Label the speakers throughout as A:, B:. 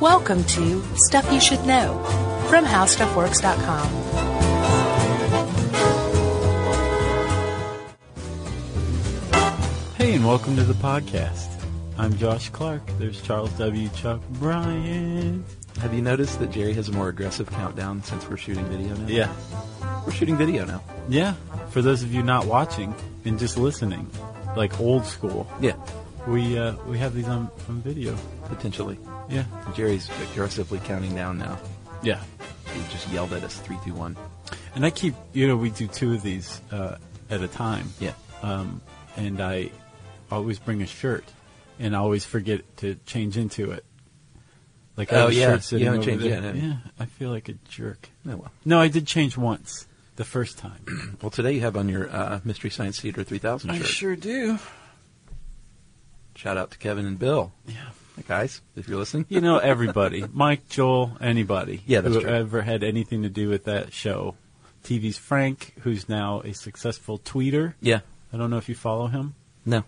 A: Welcome to Stuff You Should Know from HowStuffWorks.com.
B: Hey, and welcome to the podcast. I'm Josh Clark. There's Charles W. Chuck Bryant.
C: Have you noticed that Jerry has a more aggressive countdown since we're shooting video now?
B: Yeah.
C: We're shooting video now.
B: Yeah. For those of you not watching and just listening, like old school,
C: Yeah,
B: we uh, we have these on, on video.
C: potentially.
B: Yeah.
C: Jerry's aggressively counting down now.
B: Yeah.
C: He just yelled at us three, two, one.
B: And I keep, you know, we do two of these uh, at a time.
C: Yeah.
B: Um, and I always bring a shirt and I always forget to change into it. Like, I
C: Oh,
B: have a
C: yeah.
B: shirt sitting
C: You haven't
B: over
C: changed
B: there.
C: yet, have you?
B: yeah. I feel like a jerk.
C: Oh, well.
B: No, I did change once. The first time.
C: well, today you have on your uh, Mystery Science Theater 3000 shirt.
B: do.
C: Shout out to Kevin and Bill.
B: Yeah.
C: Hey, guys, if you're listening.
B: You know everybody, Mike, Joel, anybody.
C: Yeah, that's true.
B: whoever had anything to do with that show. TV's Frank, who's now a successful tweeter.
C: Yeah.
B: I don't know if you follow him.
C: No.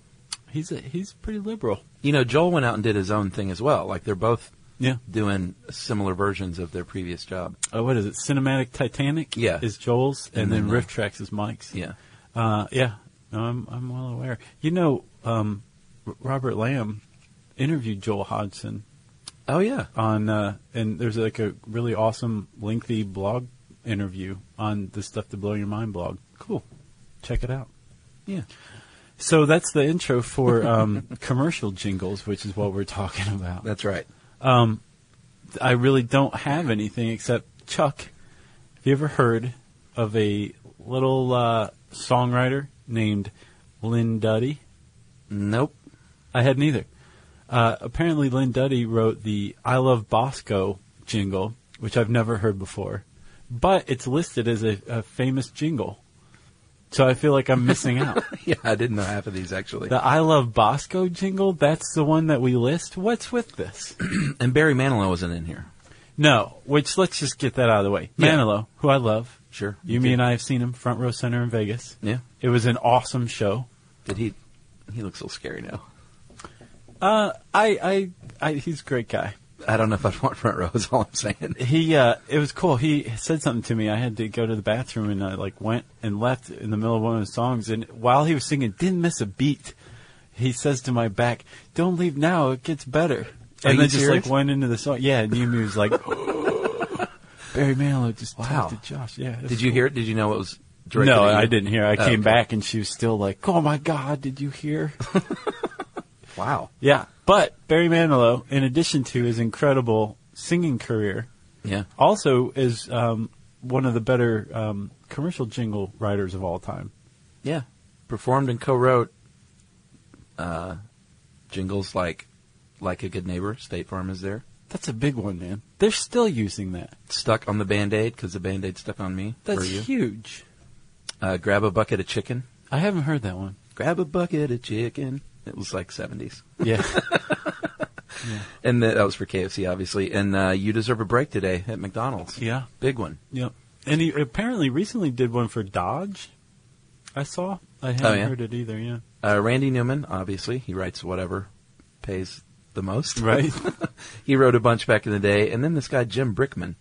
B: He's a, he's pretty liberal.
C: You know, Joel went out and did his own thing as well. Like, they're both
B: Yeah.
C: doing similar versions of their previous job.
B: Uh, what is it? Cinematic Titanic.
C: Yeah.
B: Is Joel's, and,
C: And
B: then,
C: then, uh,
B: Rift Tracks is Mike's.
C: Yeah.
B: Uh, yeah. No, I'm I'm well aware. You know, um, R- Robert Lamb interviewed Joel Hodgson
C: Oh, yeah.
B: on uh, and there's like a really awesome lengthy blog interview on the stuff to blow your mind blog. Cool, check it out.
C: Yeah.
B: So that's the intro for um, commercial jingles, which is what we're talking about.
C: That's right.
B: Um, I really don't have anything except Chuck. Have you ever heard of a little uh, songwriter named Lynn Duddy?
C: Nope.
B: I had neither. Uh, apparently, Lynn Duddy wrote the "I Love Bosco" jingle, which I've never heard before, but it's listed as a, a famous jingle. So I feel like I'm missing out.
C: Yeah, I didn't know half of these, actually.
B: The "I Love Bosco" jingle—that's the one that we list. What's with this?
C: And Barry Manilow wasn't in here.
B: No, which let's just get that out of the way.
C: Yeah.
B: Manilow, who I love.
C: Sure.
B: You, me, and I have seen him front row center in Vegas.
C: Yeah.
B: It was an awesome show.
C: Did he? He looks a little scary now.
B: Uh, I, I, I, he's a great guy.
C: I don't know if I'd want front row. Is all I'm saying.
B: He, uh, it was cool. He said something to me. I had to go to the bathroom and I like went and left in the middle of one of his songs. And while he was singing, didn't miss a beat. He says to my back, "Don't leave now. It gets better."
C: Are
B: and
C: you
B: then just
C: serious?
B: like went into the song. Yeah, and Yumi was like, "Barry Manilow just
C: Wow.
B: talked to Josh." Yeah. it was
C: Did you
B: cool.
C: hear it? Did you know it was? Directed
B: No,
C: at you?
B: I didn't hear. I
C: Oh,
B: came
C: okay.
B: back and she was still like, "Oh my God, did you hear?"
C: Wow.
B: yeah, but Barry Manilow, in addition to his incredible singing career,
C: Yeah.
B: also is um, one of the better um, commercial jingle writers of all time.
C: Yeah. Performed and co-wrote uh, jingles like "Like a Good Neighbor," State Farm is there.
B: That's a big one, man. They're still using that.
C: Stuck on the Band Aid because the Band Aid stuck on me.
B: That's
C: for you.
B: huge.
C: Uh, grab a bucket of chicken.
B: I haven't heard that one.
C: Grab a bucket of chicken. It was like 70s.
B: Yeah.
C: And that that was for KFC, obviously. And uh, you deserve a break today at McDonald's.
B: yeah.
C: Big one.
B: Yep. And he apparently recently did one for Dodge. I saw. I haven't
C: yeah?
B: heard it either. Oh, Yeah.
C: Uh, Randy Newman, obviously, he writes whatever pays the most.
B: Right.
C: he wrote a bunch back in the day, and then this guy Jim Brickman,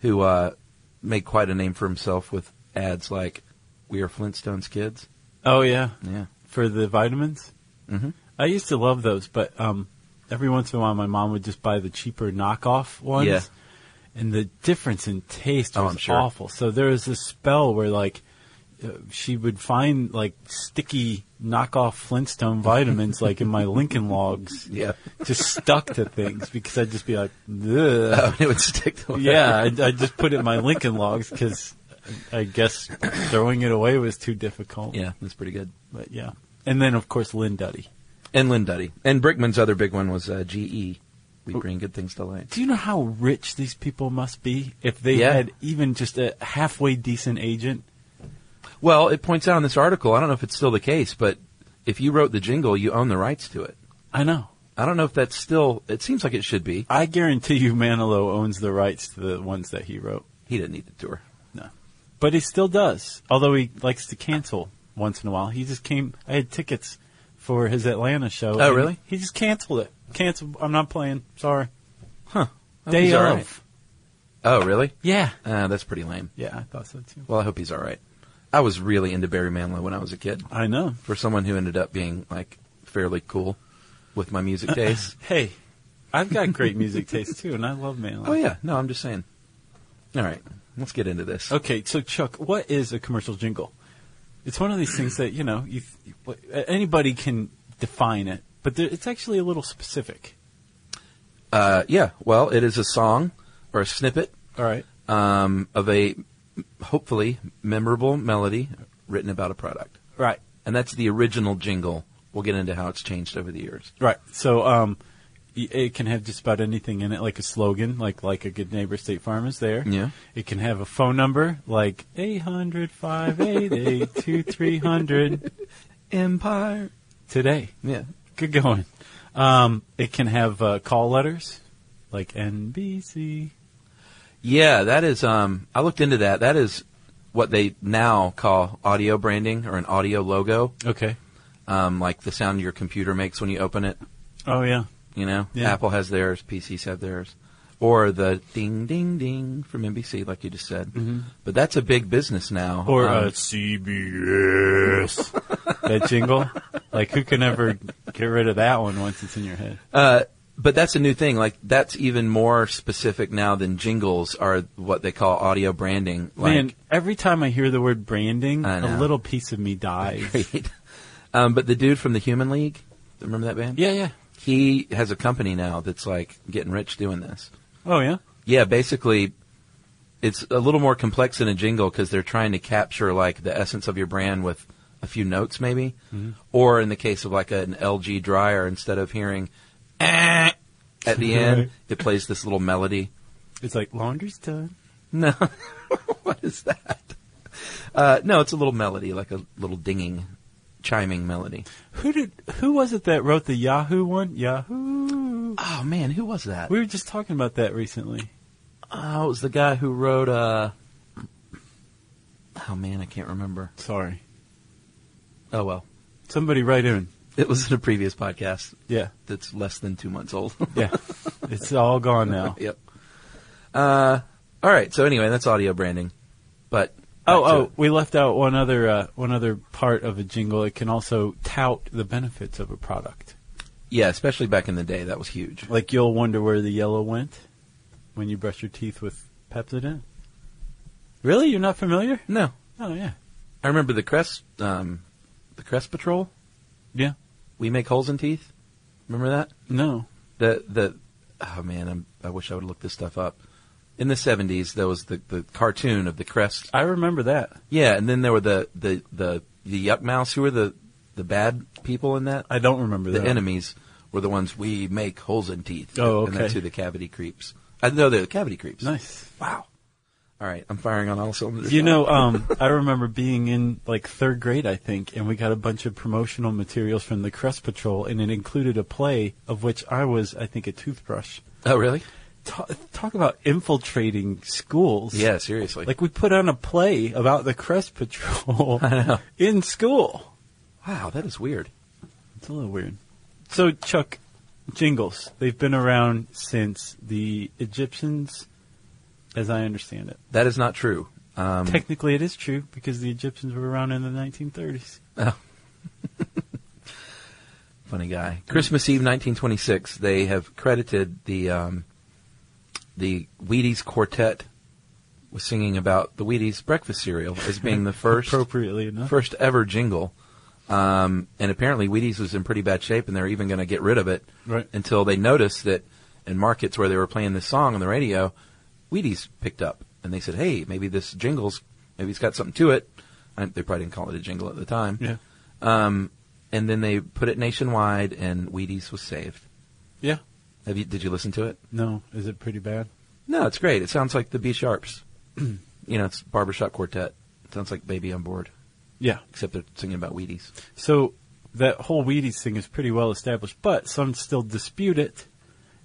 C: who uh, made quite a name for himself with ads like "We are Flintstones kids."
B: oh yeah.
C: Yeah.
B: For the vitamins.
C: hmm
B: I used to love those, but um, every once in a while, my mom would just buy the cheaper knockoff ones.
C: Yeah.
B: And the difference in taste
C: Oh,
B: was
C: I'm sure.
B: awful. So there was this spell where, like, uh, she would find like sticky knockoff Flintstone vitamins, like in my Lincoln Logs,
C: Yeah.
B: just stuck to things because I'd just be like, Ugh.
C: it would stick to it.
B: yeah, I, I just put it in my Lincoln Logs because I guess throwing it away was too difficult.
C: Yeah, that's pretty good.
B: but yeah. And then of course Lynn Duddy.
C: And Lynn Duddy. And Brickman's other big one was uh, GE. We
B: Oh.
C: bring good things to light.
B: Do you know how rich these people must be if they
C: Yeah.
B: had even just a halfway decent agent?
C: Well, it points out in this article. I don't know if it's still the case, but if you wrote the jingle, you own the rights to it.
B: I know.
C: I don't know if that's still. It seems like it should be.
B: I guarantee you Manilow owns the rights to the ones that he wrote.
C: He didn't need the tour.
B: But he still does, although he likes to cancel once in a while. He just came, I had tickets for his Atlanta show.
C: Oh,
B: and
C: really?
B: He just canceled it. Canceled. I'm not playing. Sorry.
C: I hope
B: Day
C: he's all
B: of.
C: right. Oh, really?
B: Yeah.
C: Uh, that's pretty lame.
B: Yeah, I thought so too.
C: Well, I hope he's all right. I was really into Barry Manilow when I was a kid.
B: I know.
C: For someone who ended up being like fairly cool with my music taste.
B: Hey, I've got great music taste too, and I love Manilow.
C: oh yeah. No, I'm just saying. All right, let's get into this.
B: Okay, so Chuck, what is a commercial jingle? It's one of these things that you know you, you anybody can define it, but there, it's actually a little specific.
C: Uh, yeah. Well, it is a song or a snippet
B: All right.
C: um, of a hopefully memorable melody written about a product,
B: Right.
C: and that's the original jingle. We'll get into how it's changed over the years.
B: Right. So um, y- it can have just about anything in it, like a slogan, like like a good neighbor, State Farm is there.
C: Yeah.
B: It can have a phone number, like 800 588 2300
C: Empire.
B: today.
C: Yeah.
B: Good going. Um, it can have uh, call letters, like NBC.
C: Yeah, that is. Um, I looked into that. That is what they now call audio branding or an audio logo,
B: Okay.
C: um, like the sound your computer makes when you open it.
B: Oh yeah.
C: You know,
B: Yeah.
C: Apple has theirs, PCs have theirs, or the ding ding ding from NBC, like you just said. But that's a big business now.
B: Mm-hmm. Or
C: Um,
B: uh, CBS. that jingle. Like who can ever get rid of that one once it's in your head?
C: Uh, but that's a new thing. Like that's even more specific now than jingles are what they call audio branding. Like,
B: Man, every time I hear the word branding,
C: I
B: a
C: know.
B: little piece of me dies.
C: great. um, but the dude from the Human League, remember that band?
B: yeah, yeah.
C: He has a company now that's like getting rich doing this.
B: Oh yeah.
C: Yeah, basically, it's a little more complex than a jingle because they're trying to capture like the essence of your brand with a few notes, maybe. Or in the case of like an LG dryer, instead of hearing "Ah," at the
B: Right.
C: end, it plays this little melody.
B: It's like laundry's done.
C: No. what is that? Uh, no, it's a little melody, like a little dinging, chiming melody.
B: Who did? Who was it that wrote the Yahoo one? Yahoo.
C: Oh man, who was that?
B: We were just talking about that recently.
C: Oh, it was the guy who wrote, uh, oh man, I can't remember.
B: Sorry.
C: Oh well.
B: Somebody write in.
C: It was in a previous podcast
B: Yeah.
C: that's less than two months old.
B: Yeah. it's all gone now.
C: yep. Uh, all right. So anyway, that's audio branding, but
B: Oh,
C: back to
B: oh,
C: it.
B: we left out one other uh, one other part of a jingle. It can also tout the benefits of a product.
C: yeah, especially back in the day, that was huge.
B: Like you'll wonder where the yellow went when you brush your teeth with Pepsodent. Really, you're not familiar?
C: No,
B: Oh yeah,
C: I remember the Crest, um, the Crest Patrol.
B: yeah.
C: We make holes in teeth. Remember that?
B: No,
C: The the oh man, I'm, I wish I would look this stuff up. In the seventies, there was the, the cartoon of the crest.
B: I remember that.
C: Yeah, and then there were the the the, the yuck mouse. Who were the the bad people in that?
B: I don't remember
C: The
B: that.
C: enemies were the ones we make holes in teeth.
B: Oh,
C: And
B: okay.
C: that's who the cavity creeps. I know they're the cavity creeps.
B: Nice.
C: Wow. All right, I'm firing on all cylinders.
B: You
C: now.
B: know, um, I remember being in like third grade, I think, and we got a bunch of promotional materials from the Crest Patrol, and it included a play of which I was, I think, a toothbrush.
C: Oh, really?
B: Ta talk about infiltrating schools.
C: Yeah, seriously.
B: Like we put on a play about the Crest Patrol
C: I know.
B: in school.
C: wow, that is weird.
B: It's a little weird. So Chuck, jingles. They've been around since the Egyptians, as I understand it.
C: That is not true. Um,
B: Technically, it is true because the Egyptians were around in the 1930s.
C: funny guy. Christmas Eve, 1926. They have credited the um, the Wheaties quartet was singing about the Wheaties breakfast cereal as being the first
B: appropriately enough.
C: first ever jingle. Um, and apparently, Wheaties was in pretty bad shape, and they're even going to get rid of it
B: Right.
C: until they noticed that in markets where they were playing this song on the radio, Wheaties picked up, and they said, "Hey, maybe this jingle's maybe it's got something to it." I, they probably didn't call it a jingle at the time.
B: Yeah.
C: Um, and then they put it nationwide, and Wheaties was saved.
B: Yeah.
C: Have you? Did you listen to it?
B: No, is it pretty bad?
C: No, it's great. It sounds like the B Sharps. you know, it's barbershop quartet. It sounds like Baby on Board,
B: Yeah.
C: except they're singing about Wheaties.
B: So that whole Wheaties thing is pretty well established, but some still dispute it,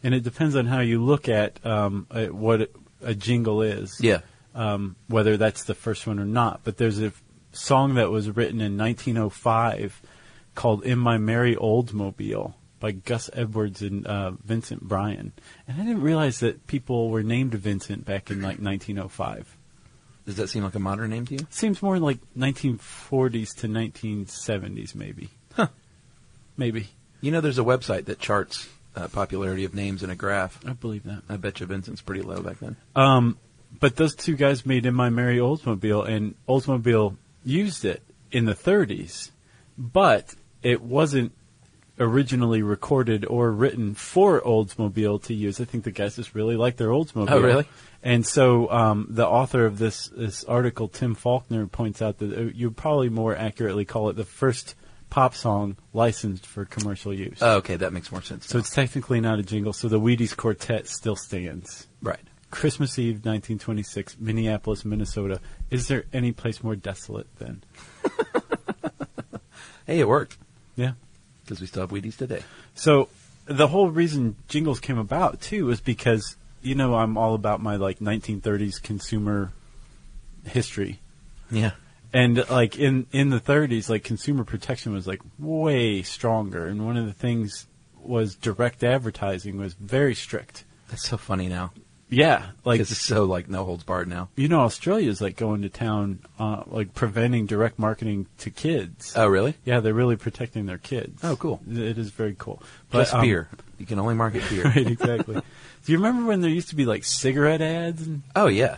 B: and it depends on how you look at um, uh what it- a jingle is.
C: Yeah.
B: um, whether that's the first one or not. But there's a f- oh song that was written in 1905 called "In My Merry Old Mobile" by Gus Edwards and uh, Vincent Bryan. And I didn't realize that people were named Vincent back in like 1905.
C: Does that seem like a modern name to you?
B: Seems more like 1940s to 1970s, maybe.
C: Huh.
B: Maybe.
C: You know, there's a website that charts uh, popularity of names in a graph.
B: I believe that.
C: I bet you Vincent's pretty low back then.
B: Um, but those two guys made In My Merry Oldsmobile, and Oldsmobile used it in the 30s, but it wasn't originally recorded or written for Oldsmobile to use. I think the guys just really liked their Oldsmobile.
C: Oh, really?
B: And so um, the author of this, this article, Tim Faulkner, points out that uh, you'd probably more accurately call it the first pop song licensed for commercial use.
C: Oh, okay, that makes more sense.
B: so
C: now.
B: it's technically not a jingle, so the Wheaties Quartet still stands.
C: right.
B: Christmas Eve, 1926, Minneapolis, Minnesota. Is there any place more desolate than?
C: Hey, it worked
B: Yeah.
C: because we still have Wheaties today.
B: So the whole reason jingles came about too is because you know I'm all about my like 1930s consumer history.
C: Yeah.
B: And like in in the 30s like consumer protection was like way stronger and one of the things was direct advertising was very strict.
C: That's so funny now.
B: Yeah, like
C: Because it's so like no holds barred now.
B: you know Australia's like going to town uh, like preventing direct marketing to kids.
C: Oh, really?
B: Yeah, they're really protecting their kids.
C: Oh, cool.
B: It is very cool.
C: Just
B: um,
C: beer. You can only market beer.
B: right, exactly. Do you remember when there used to be like cigarette ads and
C: Oh, yeah.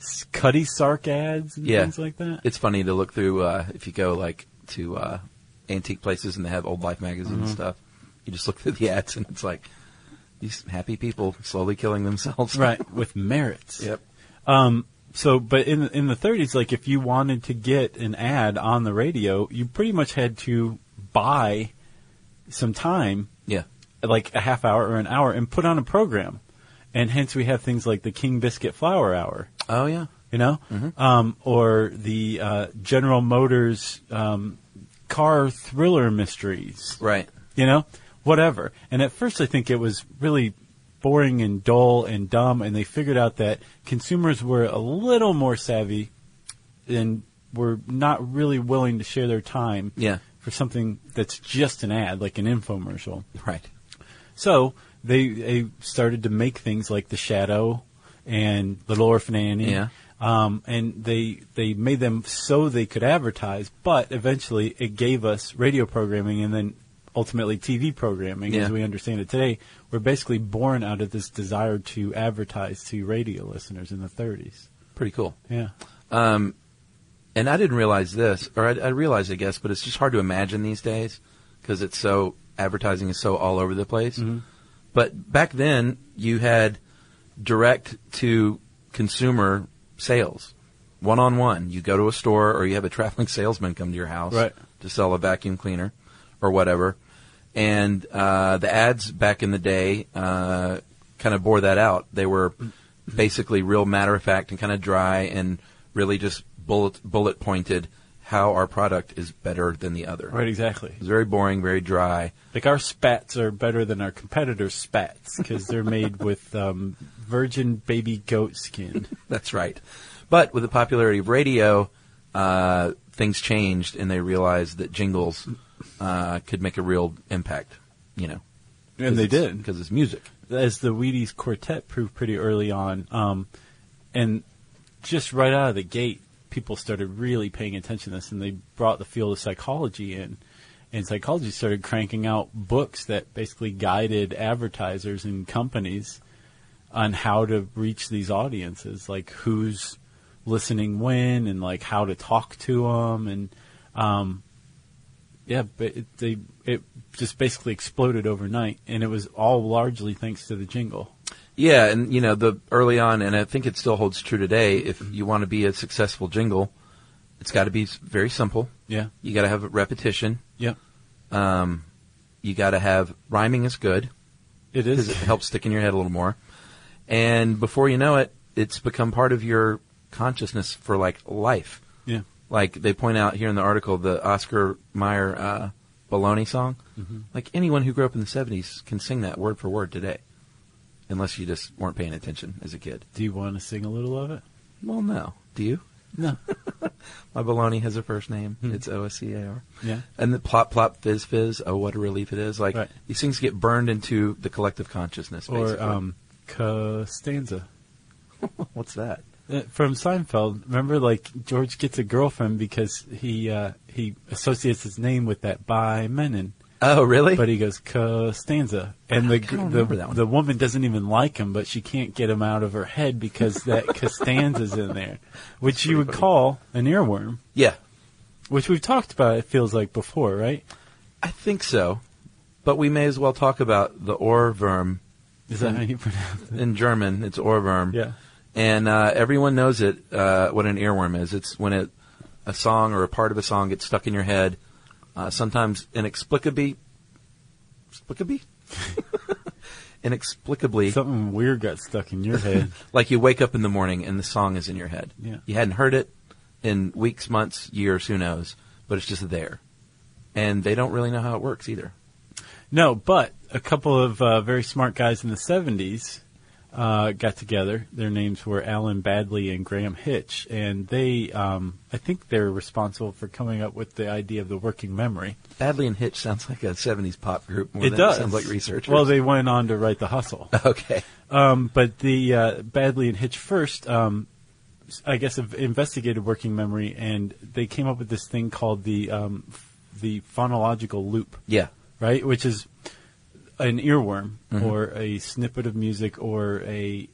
B: s- Cutty Sark ads and
C: Yeah.
B: things like that?
C: It's funny to look through uh, if you go like to uh, antique places and they have old life magazine
B: Mm-hmm.
C: and stuff. You just look through the ads and it's like these happy people slowly killing themselves.
B: right, with merits.
C: yep.
B: Um, so, but in in the 30s, like if you wanted to get an ad on the radio, you pretty much had to buy some time,
C: Yeah.
B: like a half hour or an hour, and put on a program. And hence we have things like the King Biscuit Flour Hour.
C: Oh yeah.
B: you know, um, or the uh, General Motors um, car thriller mysteries,
C: Right.
B: you know, whatever. And at first, I think it was really boring and dull and dumb, and they figured out that consumers were a little more savvy and were not really willing to share their time
C: Yeah.
B: for something that's just an ad, like an infomercial.
C: Right.
B: So they they started to make things like the Shadow and Little Orphan Annie.
C: Yeah.
B: Um, and they they made them so they could advertise, but eventually it gave us radio programming and then ultimately TV programming
C: Yeah.
B: as we understand it today. We're basically born out of this desire to advertise to radio listeners in the 30s.
C: Pretty cool.
B: Yeah.
C: Um, and I didn't realize this, or I, I realized, I guess, but it's just hard to imagine these days because it's so advertising is so all over the place. But back then, you had direct to consumer sales, one on one. You go to a store, or you have a traveling salesman come to your house
B: Right.
C: to sell a vacuum cleaner or whatever. And uh, the ads back in the day uh, kind of bore that out. They were basically real matter of fact and kind of dry and really just bullet bullet pointed how our product is better than the other.
B: Right. Exactly.
C: It was very boring, very dry.
B: Like our spats are better than our competitors' spats because they're made with um, virgin baby goat skin.
C: That's right. But with the popularity of radio, uh, things changed, and they realized that jingles uh, could make a real impact. You know,
B: And they did.
C: because it's music.
B: as the Wheaties quartet proved pretty early on, um, and just right out of the gate, people started really paying attention to this, and they brought the field of psychology in. And psychology started cranking out books that basically guided advertisers and companies on how to reach these audiences, like who's listening when, and like how to talk to them, and um, yeah, but it, they it just basically exploded overnight, and it was all largely thanks to the jingle.
C: Yeah, and you know the early on, and I think it still holds true today. If
B: Mm-hmm.
C: you want to be a successful jingle, it's got to be s- very simple.
B: Yeah.
C: You got to have repetition.
B: Yep.
C: Um, you got to have rhyming is good
B: It
C: because
B: is.
C: it helps stick in your head a little more. And before you know it, it's become part of your consciousness for like life.
B: yeah.
C: Like they point out here in the article, the Oscar Mayer uh, Baloney song.
B: Mm-hmm.
C: Like anyone who grew up in the '70s can sing that word for word today, unless you just weren't paying attention as a kid.
B: Do you want to sing a little of it?
C: Well, no. Do you?
B: No. Hmm.
C: My baloney has a first name. It's O S C A R.
B: Yeah.
C: And the plop plop fizz fizz. Oh, what a relief it is! Like
B: Right.
C: these things get burned into the collective consciousness. Basically.
B: Or um, Costanza.
C: what's that?
B: Uh, From Seinfeld, remember, like George gets a girlfriend because he uh, he associates his name with that by Menon,
C: Oh, really?
B: but he goes Costanza, and
C: I
B: the
C: kinda
B: the,
C: remember that one.
B: the woman doesn't even like him, but she can't get him out of her head because that Costanza's in there, which you would
C: pretty funny.
B: call an earworm,
C: yeah,
B: which we've talked about. It feels like before, right?
C: I think so. But we may as well talk about the Ohrwurm
B: Is that how you pronounce it?
C: in German. It's Ohrwurm.
B: Yeah.
C: And uh, everyone knows it. Uh, what an earworm is. It's when it, a song or a part of a song gets stuck in your head, uh, sometimes inexplicably, explicably, inexplicably.
B: Something weird got stuck in your head.
C: like you wake up in the morning and the song is in your head.
B: Yeah.
C: You hadn't heard it in weeks, months, years, who knows? But it's just there, and they don't really know how it works either.
B: No, but a couple of uh, very smart guys in the 70s uh, got together. Their names were Alan Badley and Graham Hitch, and they, um, I think they're responsible for coming up with the idea of the working memory.
C: Badley and Hitch sounds like a '70s pop group. More
B: it
C: than
B: does.
C: sounds like research.
B: Well, they went on to write The Hustle.
C: okay.
B: Um, but the uh, Badley and Hitch first, um, s- I guess, have investigated working memory, and they came up with this thing called the um, f- the phonological loop.
C: Yeah.
B: right? Which is an earworm
C: Mm-hmm.
B: or a snippet of music or a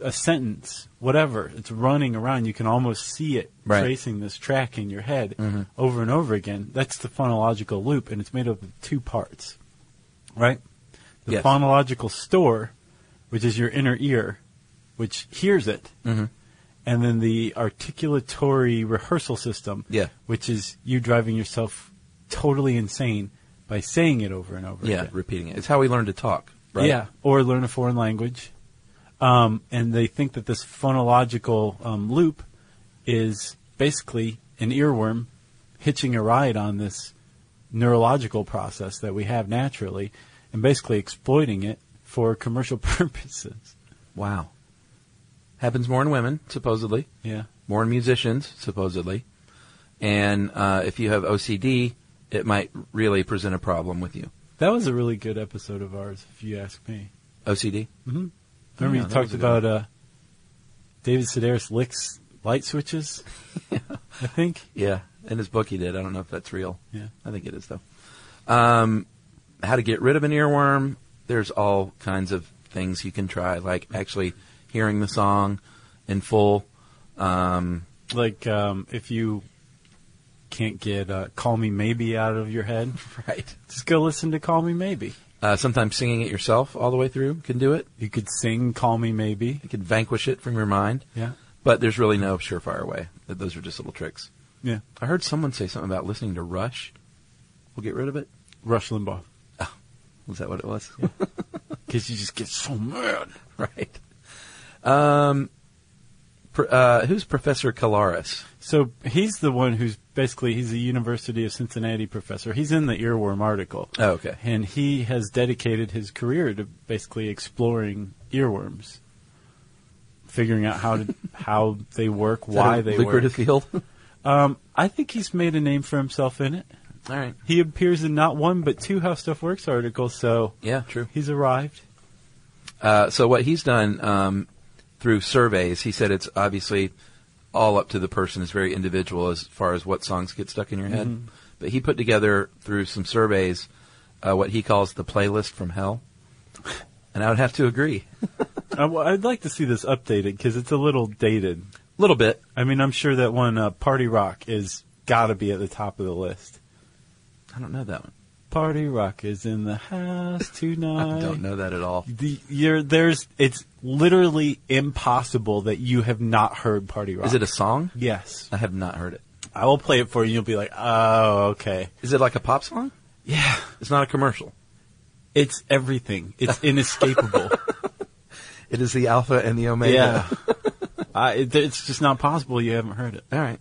B: a sentence, whatever. It's running around. You can almost see it
C: Right. Mm-hmm.
B: tracing this track in your head over and over again. That's the phonological loop, and it's made up of two parts, right? The
C: Yes.
B: phonological store, which is your inner ear, which hears it,
C: Mm-hmm.
B: and then the articulatory rehearsal system,
C: Yeah.
B: which is you driving yourself totally insane by saying it over and over
C: Yeah.
B: again.
C: Repeating it. It's how we learn to talk. Right.
B: Yeah. Or learn a foreign language. Um, and they think that this phonological um, loop is basically an earworm hitching a ride on this neurological process that we have naturally and basically exploiting it for commercial purposes.
C: Wow. Happens more in women, supposedly.
B: Yeah.
C: More in musicians, supposedly. And uh, if you have OCD, it might really present a problem with you.
B: That was a really good episode of ours, if you ask me.
C: OCD.
B: Remember
C: Yeah,
B: you
C: that
B: talked
C: was a good one.
B: about uh, David Sedaris licks light switches. I think.
C: Yeah, in his book he did. I don't know if that's real.
B: Yeah.
C: I think it is though. Um, how to get rid of an earworm? There's all kinds of things you can try, like actually hearing the song in full. Um,
B: Like um, if you can't get uh, "Call Me Maybe" out of your head,
C: right.
B: just go listen to "Call Me Maybe."
C: Uh, sometimes singing it yourself all the way through can do it.
B: You could sing "Call Me Maybe."
C: It can vanquish it from your mind.
B: Yeah,
C: But there's really no surefire way. Th- Those are just little tricks.
B: yeah.
C: I heard someone say something about listening to Rush. We'll get rid of it.
B: Rush Limbaugh,
C: Was that what it was?
B: because you just get so mad.
C: right. Um, pr- uh, who's Professor Kalaris?
B: So he's the one who's basically he's a University of Cincinnati professor. He's in the earworm article.
C: Oh, okay.
B: and he has dedicated his career to basically exploring earworms, figuring out how to how they work, why they
C: lucrative
B: work.
C: field? All
B: Um, I think he's made a name for himself in it.
C: right.
B: He appears in not one but two How Stuff Works articles, so
C: Yeah, true.
B: he's arrived.
C: Uh, so what he's done um, through surveys, he said it's obviously all up to the person. It's very individual as far as what songs get stuck in your head. But he put together through some surveys uh, what he calls the playlist from hell, and I would have to agree a
B: I w- Uh, I'd like to see this updated because it's a little dated.
C: little bit.
B: I mean, I'm sure that one uh, Party Rock is got to be at the top of the list.
C: I don't know that one.
B: Party Rock is in the house tonight.
C: I don't know that at all.
B: The, you're, there's, it's literally impossible that you have not heard Party Rock.
C: Is it a song?
B: Yes.
C: I have not heard it.
B: I will play it for you. and You'll be like, oh, okay.
C: Is it like a pop song?
B: Yeah.
C: It's not a commercial.
B: It's everything. It's inescapable.
C: It is the alpha and the omega.
B: yeah. I, it, it's just not possible you haven't heard it.
C: All right.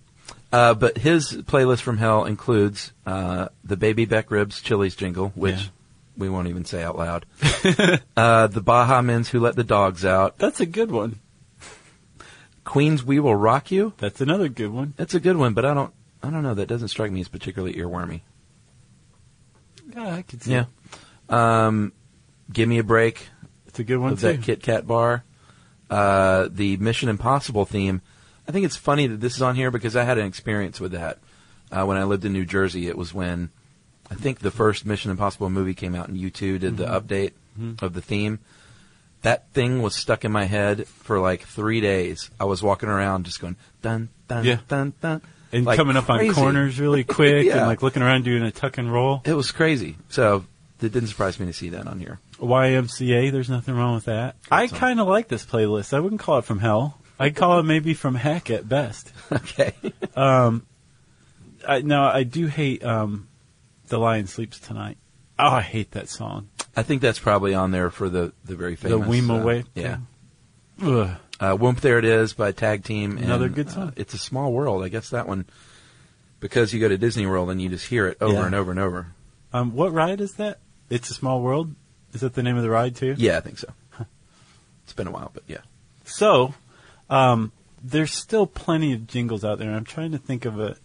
C: Uh, but his playlist from hell includes uh, the Baby Beck Ribs Chili's jingle, which
B: Yeah.
C: we won't even say out loud. uh, the Baja Men's Who Let the Dogs Out,
B: That's a good one.
C: Queen's "We Will Rock You."
B: That's another good one.
C: That's a good one, but I don't. I don't know. That doesn't strike me as particularly earwormy.
B: Yeah, I could see.
C: Yeah.
B: it.
C: Um, give me a break.
B: It's a good one
C: of
B: too.
C: that Kit Kat bar. Uh, the Mission Impossible theme. I think it's funny that this is on here because I had an experience with that uh, when I lived in New Jersey. It was when I think the first Mission Impossible movie came out, and U two did
B: Mm-hmm.
C: the update of the theme. That thing was stuck in my head for like three days. I was walking around just going dun dun
B: Yeah.
C: dun dun,
B: and
C: like
B: coming up on
C: crazy.
B: corners really quick
C: Yeah.
B: and like looking around doing a tuck and roll.
C: It was crazy. So it didn't surprise me to see that on here.
B: YMCA, there's nothing wrong with that. I
C: song.
B: kind of like this playlist. I wouldn't call it from hell. I'd call it maybe from heck at best.
C: okay.
B: Um, I, now, I do hate um, The Lion Sleeps Tonight. Oh, I hate that song.
C: I think that's probably on there for the the very famous
B: Weem
C: uh,
B: Away
C: Yeah.
B: thing. Ugh.
C: Uh, Whoomp There It Is by Tag Team. and,
B: Another good song.
C: uh, it's a small world. I guess that one, because you go to Disney World and you just hear it over
B: Yeah.
C: and over and over.
B: Um, what ride is that? It's a Small World? Is that the name of the ride, too?
C: Yeah, I think so. It's been a while, but yeah.
B: So, um, there's still plenty of jingles out there, and I'm trying to think of a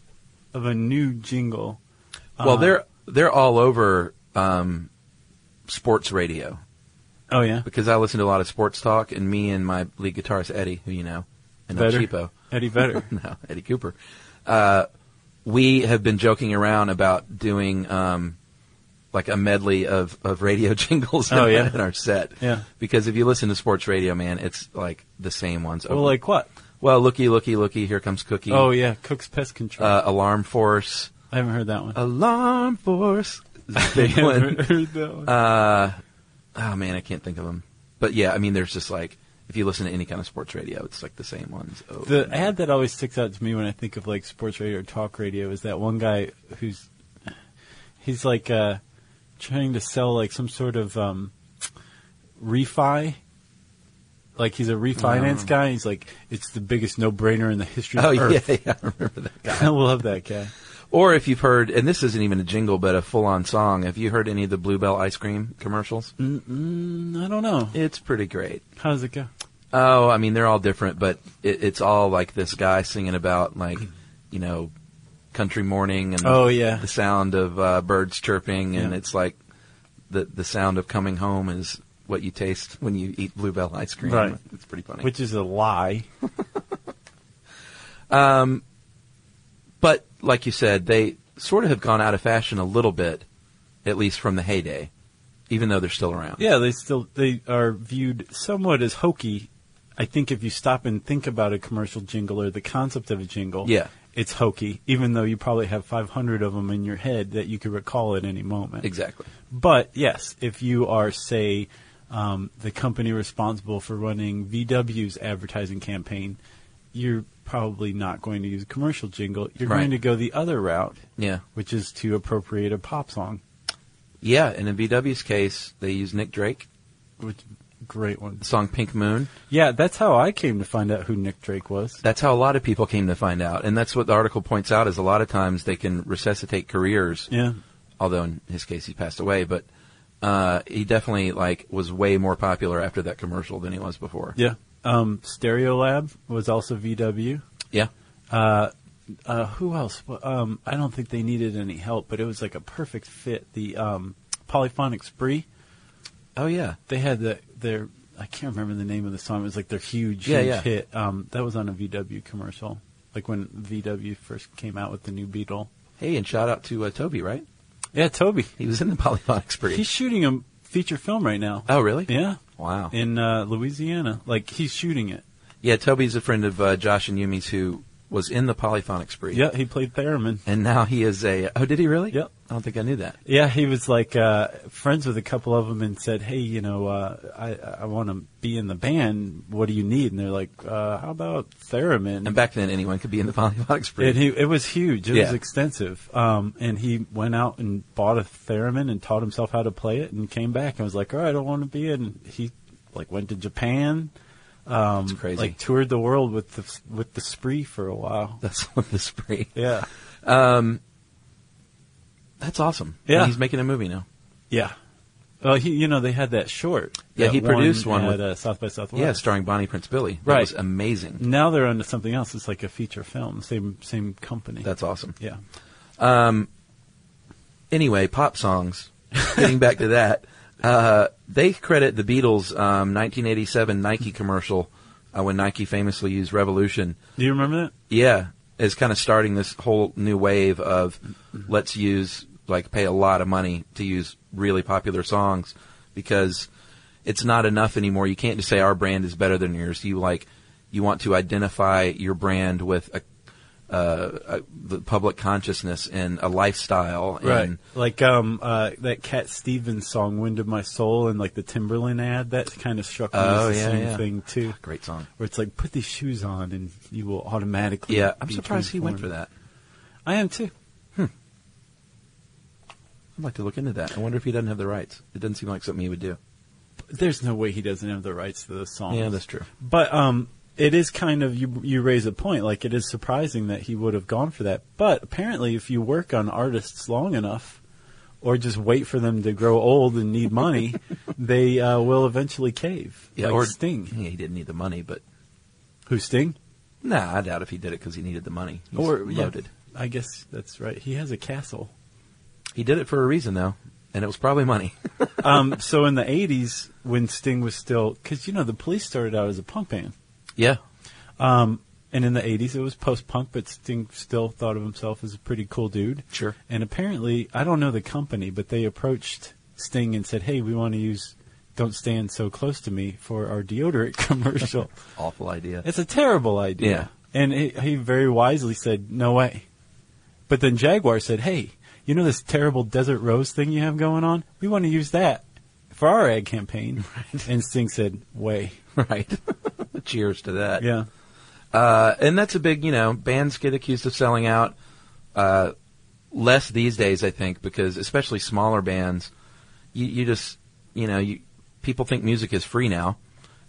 B: of a new jingle.
C: well,
B: Uh,
C: they're they're all over um, sports radio
B: Oh yeah,
C: because I listen to a lot of sports talk, and me and my lead guitarist Eddie, who you know, and El
B: Better.
C: Cheapo,
B: Eddie Vedder.
C: no, Eddie Cooper. Uh, we have been joking around about doing um, like a medley of, of radio jingles
B: Oh,
C: in,
B: yeah.
C: in our set.
B: Yeah.
C: Because if you listen to sports radio, man, it's like the same ones.
B: well, like what?
C: well, looky, looky, looky, here comes Cookie.
B: Oh yeah, Cook's Pest Control.
C: Uh, Alarm Force.
B: I haven't heard that one.
C: Alarm Force. is a
B: I
C: Big
B: haven't
C: one.
B: heard that one.
C: Uh, oh, man, I can't think of them. But yeah, I mean, there's just like, if you listen to any kind of sports radio, it's like the same ones. over
B: the
C: and over.
B: ad that always sticks out to me when I think of like sports radio or talk radio is that one guy who's he's like uh, trying to sell like some sort of um, refi. Like he's a refinance guy. He's like, it's the biggest no-brainer in the history of
C: Mm. Oh, yeah,
B: Earth.
C: yeah, I remember that.
B: I love that guy.
C: Or if you've heard, and this isn't even a jingle, but a full-on song. Have you heard any of the Bluebell ice cream commercials?
B: Mm, I don't know.
C: It's pretty great.
B: How does it go?
C: Oh, I mean, they're all different, but it, it's all like this guy singing about like, you know, country morning and
B: Oh, yeah.
C: the sound of uh, birds chirping, and
B: Yeah.
C: it's like the the sound of coming home is what you taste when you eat Bluebell ice cream.
B: Right.
C: It's pretty funny.
B: Which is a lie.
C: Um, But like you said, they sort of have gone out of fashion a little bit, at least from the heyday, even though they're still around.
B: Yeah, they still they are viewed somewhat as hokey. I think if you stop and think about a commercial jingle or the concept of a jingle,
C: Yeah.
B: it's hokey. Even though you probably have 500 of them in your head that you could recall at any moment.
C: Exactly.
B: But yes, if you are say um, the company responsible for running VW's advertising campaign, you're probably not going to use a commercial jingle. You're
C: Right.
B: going to go the other route,
C: Yeah.
B: which is to appropriate a pop song.
C: Yeah, and in VW's case, they use Nick Drake,
B: Which great one.
C: the song Pink Moon.
B: Yeah, that's how I came to find out who Nick Drake was.
C: That's how a lot of people came to find out. And that's what the article points out is a lot of times they can resuscitate careers,
B: Yeah.
C: although in his case he passed away, but uh, he definitely like was way more popular after that commercial than he was before.
B: Yeah. Um, Stereo Lab was also VW.
C: Yeah.
B: Uh, who else? Well, Um, I don't think they needed any help, but it was like a perfect fit. The um, Polyphonic Spree,
C: Oh yeah.
B: they had the, their, I can't remember the name of the song. It was like their huge,
C: Yeah,
B: huge
C: yeah.
B: hit. Um, that was on a VW commercial, like when VW first came out with the new Beetle.
C: Hey, and shout out to uh, Toby, right?
B: Yeah, Toby.
C: He was in the Polyphonic Spree.
B: He's shooting a feature film right now.
C: oh really?
B: Yeah.
C: Wow.
B: In uh, Louisiana. Like, he's shooting it.
C: Yeah, Toby's a friend of uh, Josh and Yumi's who was in the Polyphonic Spree.
B: Yeah, he played Theremin.
C: And now he is a. Oh, did he really?
B: Yep.
C: I don't think I knew that.
B: Yeah, he was like uh, friends with a couple of them and said, "Hey, you know, uh, I I want to be in the band. What do you need?" And they're like, uh, "How about theremin?"
C: And back then, anyone could be in the Polyphonic Spree.
B: And he it was huge. It was
C: Yeah.
B: extensive. Um, and he went out and bought a theremin and taught himself how to play it and came back and was like, "All right, I want to be in." He like went to Japan, um,
C: That's crazy.
B: like toured the world with the with the spree for a while.
C: That's what the spree.
B: Yeah,
C: Um, that's awesome.
B: Yeah.
C: And he's making a movie now.
B: yeah. Well, he, you know, they had that short.
C: Yeah,
B: that
C: he produced one
B: at
C: with-
B: uh, South by Southwest.
C: Yeah, starring Bonnie Prince Billy. That
B: Right.
C: was amazing.
B: Now they're onto something else. It's like a feature film. Same same company.
C: That's awesome. Um,
B: yeah.
C: Anyway, pop songs. Getting back to that, uh, they credit the Beatles' um, 1987 Nike commercial uh, when Nike famously used "Revolution."
B: Do you remember that?
C: Yeah, is kind of starting this whole new wave of let's use like pay a lot of money to use really popular songs because it's not enough anymore. You can't just say our brand is better than yours. You like you want to identify your brand with a, uh, a the public consciousness and a lifestyle and
B: Like um uh that Cat Stevens song "Wind of My Soul" and like the Timberland ad. That kind of struck me
C: Oh,
B: as the
C: yeah,
B: same
C: yeah.
B: thing too.
C: great song.
B: Where it's like put these shoes on and you will automatically.
C: Yeah, I'm
B: be
C: surprised he went for
B: transformed.
C: that.
B: I am too.
C: I'd like to look into that. I wonder if he doesn't have the rights. It doesn't seem like something he would do.
B: There's no way he doesn't have the rights to those songs.
C: Yeah, that's true.
B: But um, it is kind of you. You raise a point. Like it is surprising that he would have gone for that. But apparently, if you work on artists long enough, or just wait for them to grow old and need money, they uh, will eventually cave.
C: Yeah,
B: like
C: or
B: Sting.
C: Yeah, he didn't need the money, but
B: Who Sting?
C: Nah, I doubt if he did it because he needed the money. He's
B: yeah,
C: loaded.
B: I guess that's right. He has a castle.
C: He did it for a reason though, and it was probably money.
B: um, so in the '80s, when Sting was still, because you know the Police started out as a punk band.
C: yeah,
B: Um, and in the 80s, it was post punk, but Sting still thought of himself as a pretty cool dude.
C: Sure.
B: And apparently, I don't know the company, but they approached Sting and said, hey, we want to use Don't Stand So Close to Me for our deodorant commercial.
C: awful idea.
B: it's a terrible idea. Yeah. And he, he very wisely said, no way. But then Jaguar said, hey, you know this terrible Desert Rose thing you have going on? We want to use that for our ad campaign. And Sting said, way.
C: right. Cheers to that.
B: Yeah.
C: Uh, and that's a big, you know, bands get accused of selling out. Uh, less these days, I think, because especially smaller bands, you, you just, you know, you people think music is free now,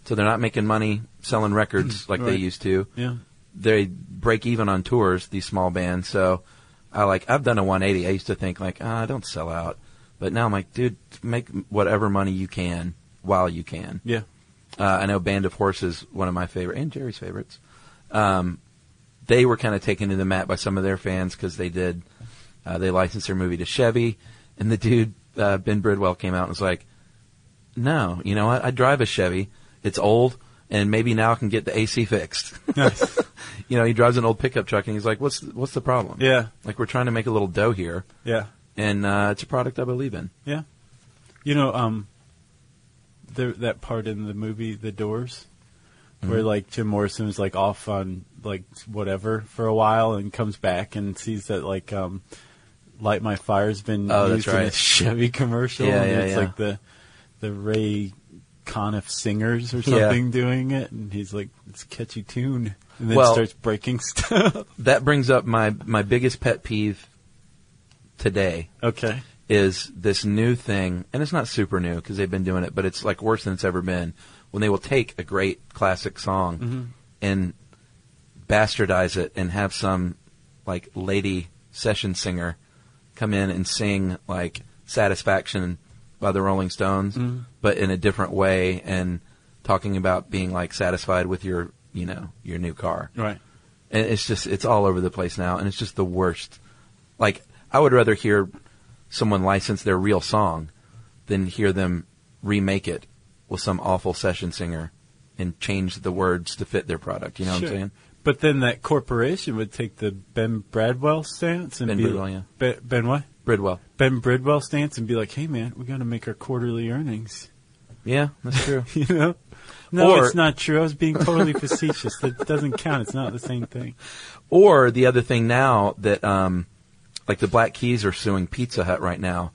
C: so they're not making money selling records like they
B: Mm, Right.
C: used to.
B: Yeah.
C: they break even on tours. These small bands, so I like I've done a 180. I used to think like ah, don't sell out, but now I'm like, dude, make whatever money you can while you can.
B: Yeah.
C: Uh, I know Band of Horses, one of my favorite and Jerry's favorites. Um, they were kind of taken to the mat by some of their fans because they did uh, they licensed their movie to Chevy, and the dude uh, Ben Bridwell came out and was like, "No, you know what? I drive a Chevy. It's old, and maybe now I can get the AC fixed."
B: Nice.
C: you know, he drives an old pickup truck, and he's like, "What's what's the problem?
B: Yeah.
C: like we're trying to make a little dough here,
B: Yeah.
C: and uh, it's a product I believe in."
B: Yeah. You know, um, there, that part in the movie The Doors, where
C: Mm-hmm.
B: like Jim Morrison is like off on like whatever for a while and comes back and sees that like um, Light My Fire's been
C: Oh, that's
B: used in a
C: right.
B: Chevy commercial.
C: Yeah,
B: and
C: yeah,
B: it's
C: yeah.
B: like the the Ray Conniff singers or something doing it, and he's like, "It's a catchy tune," and then
C: Well-
B: starts breaking stuff.
C: That brings up my my biggest pet peeve today
B: okay.
C: is this new thing, and it's not super new because they've been doing it, but it's like worse than it's ever been. When they will take a great classic
B: Mm-hmm.
C: song and bastardize it and have some like lady session singer come in and sing like Satisfaction by the Rolling Stones, but in a different way and talking about being like satisfied with your, you know, your new car.
B: Right.
C: And it's just it's all over the place now, and it's just the worst. Like I would rather hear someone license their real song than hear them remake it with some awful session singer and change the words to fit their product. You know what I'm
B: Sure.
C: saying?
B: But then that corporation would take the Ben Bradwell stance and
C: Ben
B: be
C: Bridwell, yeah.
B: Be- Ben what?
C: Bridwell.
B: Ben Bridwell stance and be like, "Hey man, we got to make our quarterly earnings."
C: Yeah, that's true.
B: You know? No,
C: Or-
B: it's not true. I was being totally facetious. That doesn't count. It's not the same thing.
C: or the other thing now that um, like the Black Keys are suing Pizza Hut right now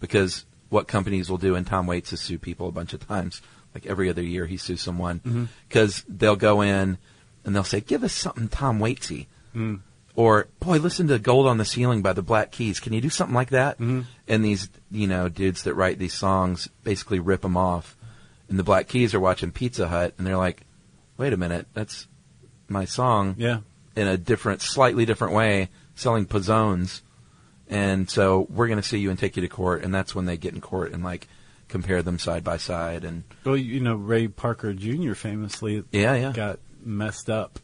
C: because what companies will do, and Tom Waits has sued people a bunch of times. Like every other year, he sues someone because they'll go in and they'll say, "Give us something Tom Waitsy," or "Boy, listen to "Gold on the Ceiling" by the Black Keys. Can you do something like that?" And these you know dudes that write these songs basically rip them off, and the Black Keys are watching Pizza Hut and they're like, "Wait a minute, that's my song."
B: Yeah.
C: in a different, slightly different way, selling pizzones. And so we're going to see you and take you to court. And that's when they get in court and like compare them side by side. And
B: Well, you know, Ray Parker Jr. famously
C: yeah, yeah,
B: got messed up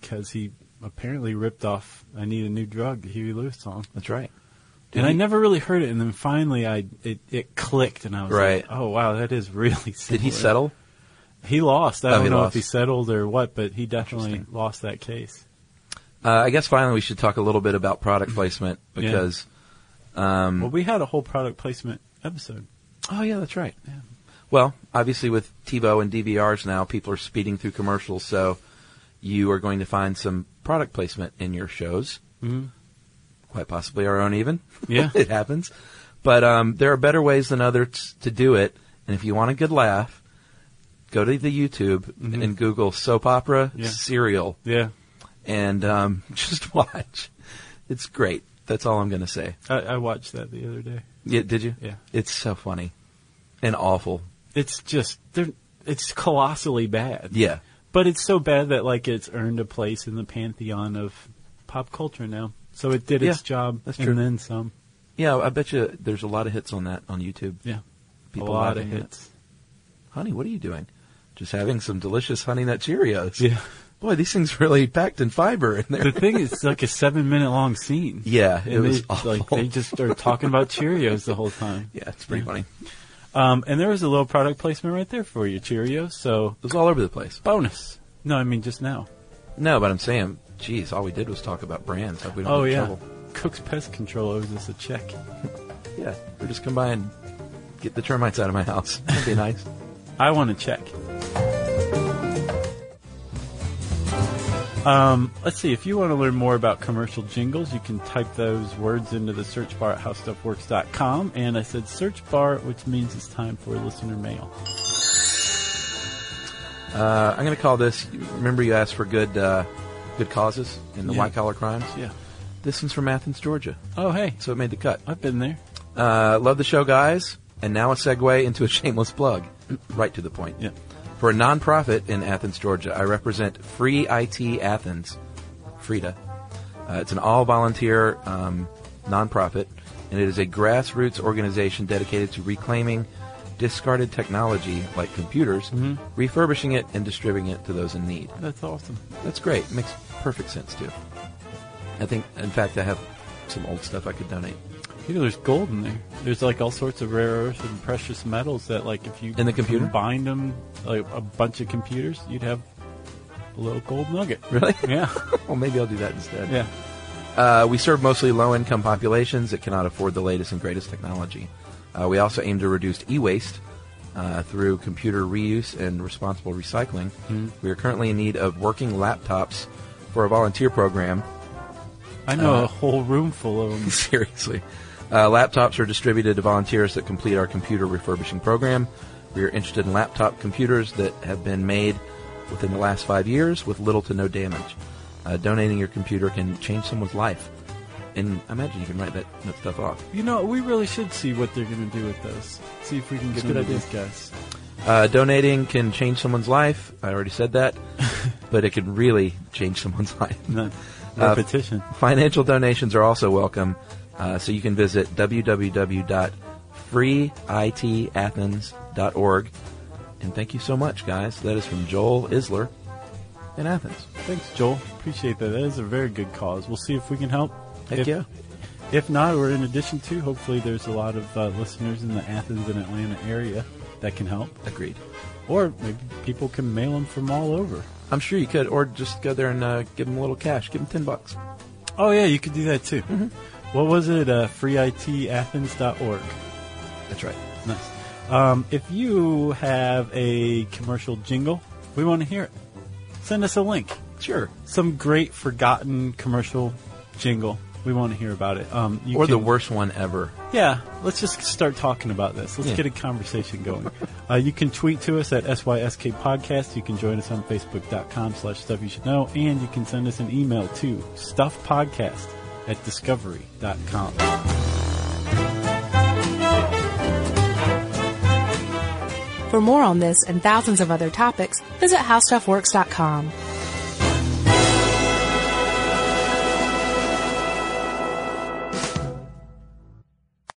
B: because he apparently ripped off "I Need a New Drug" the Huey Lewis song,
C: that's right.
B: and I never really heard it. And then finally, I it, it clicked, and I was
C: Right.
B: like, "Oh wow, that is really." Similar.
C: Did he settle?
B: He lost. I
C: Oh,
B: don't
C: he
B: know
C: lost.
B: if he settled or what, but he definitely
C: Interesting.
B: lost that case.
C: Uh, I guess finally we should talk a little bit about product placement
B: Mm-hmm. Yeah.
C: because um,
B: Well, we had a whole product placement episode.
C: Oh yeah, that's right. Yeah. Well, obviously with TiVo and DVRs now, people are speeding through commercials, so you are going to find some product placement in your shows,
B: Mhm.
C: quite possibly our own even.
B: Yeah.
C: it happens. But um, there are better ways than others to do it, and if you want a good laugh, go to the YouTube
B: Mhm.
C: and Google soap opera
B: Yeah.
C: serial
B: Yeah,
C: and um, just watch. It's great. That's all I'm going to say.
B: I, I watched that the other day.
C: Yeah, did you?
B: Yeah.
C: It's so funny and awful.
B: It's just they're it's colossally bad.
C: Yeah.
B: But it's so bad that like it's earned a place in the pantheon of pop culture now. So it did its
C: Yeah,
B: job
C: that's
B: and
C: true.
B: then some.
C: Yeah, I bet you there's a lot of hits on that on YouTube.
B: Yeah. a
C: People
B: lot of
C: laughing at it.
B: hits.
C: Honey, what are you doing? Just having some delicious Honey Nut Cheerios.
B: Yeah.
C: Boy, these things really packed in fiber in
B: The
C: there.
B: thing is it's like a 7 minute long scene.
C: yeah, it
B: And
C: was
B: they,
C: awful.
B: like they just are talking about Cheerios the whole time.
C: yeah, it's pretty funny. It
B: Um, and there was a little product placement right there for you, Cheerios. So
C: was all over the place.
B: bonus. No, I mean just now.
C: No, but I'm saying, geez, all we did was talk about brands. Hope we don't
B: Oh
C: have
B: yeah,
C: trouble.
B: Cook's Pest Control owes us a check.
C: Yeah, we're just come by and get the termites out of my house. That'd be nice.
B: I want to check. Um, let's see. If you want to learn more about commercial jingles, you can type those words into the search bar at howstuffworks.com. And I said search bar, which means it's time for listener mail.
C: Uh, I'm going to call this. Remember, you asked for good, uh, good causes in the
B: Yeah.
C: white collar crimes.
B: Yeah.
C: This one's from Athens, Georgia,
B: Oh, hey.
C: so it made the cut.
B: I've been there.
C: Uh, love the show, guys. And now a segue into a shameless plug. Right to the point.
B: Yeah.
C: For a nonprofit in Athens, Georgia, I represent Free IT Athens, Frida. Uh, it's an all volunteer um, nonprofit, and it is a grassroots organization dedicated to reclaiming discarded technology like computers, refurbishing it, and distributing it to those in need.
B: That's awesome.
C: That's great. Makes perfect sense, too. I think, in fact, I have some old stuff I could donate.
B: You know, there's gold in there. There's like all sorts of rare earths and precious metals that, like, if you
C: In the computer?
B: combined them, like a bunch of computers, you'd have a little gold nugget.
C: Really?
B: Yeah.
C: well, maybe I'll do that instead.
B: yeah.
C: Uh, we serve mostly low income populations that cannot afford the latest and greatest technology. Uh, we also aim to reduce e waste uh, through computer reuse and responsible recycling. We are currently in need of working laptops for a volunteer program.
B: I know
C: Uh,
B: a whole room full of them.
C: Seriously. Uh, laptops are distributed to volunteers that complete our computer refurbishing program. We are interested in laptop computers that have been made within the last five years with little to no damage. Uh, donating your computer can change someone's life. And I imagine you can write that, that stuff off.
B: You know, we really should see what they're going to do with those. See if we can get
C: It's a good
B: into
C: idea.
B: these guys.
C: Uh, donating can change someone's life. I already said that. but it can really change someone's life.
B: No,
C: Uh,
B: repetition.
C: Financial donations are also welcome. Uh, so you can visit www.freeitathens.org. And thank you so much, guys. That is from Joel Isler in Athens.
B: Thanks, Joel. Appreciate that. That is a very good cause. We'll see if we can help.
C: Heck
B: if,
C: yeah.
B: If not, or in addition to, hopefully there's a lot of uh, listeners in the Athens and Atlanta area that can help.
C: Agreed.
B: Or maybe people can mail them from all over.
C: I'm sure you could, or just go there and uh, give them a little cash. Give them 10 bucks.
B: Oh, yeah, you could do that too. What was it? Uh, freeitathens.org.
C: That's right.
B: Nice. Um, if you have a commercial jingle, we want to hear it. Send us a link.
C: Sure.
B: Some great forgotten commercial jingle. We want to hear about it. Um, you
C: or the
B: can-
C: worst one ever.
B: Yeah, let's just start talking about this. Let's
C: Yeah.
B: get a conversation going. uh, you can tweet to us at SYSK Podcast. You can join us on Facebook.com slash Stuff You Should Know. And you can send us an email to StuffPodcast at Discovery.com.
A: For more on this and thousands of other topics, visit HowStuffWorks.com.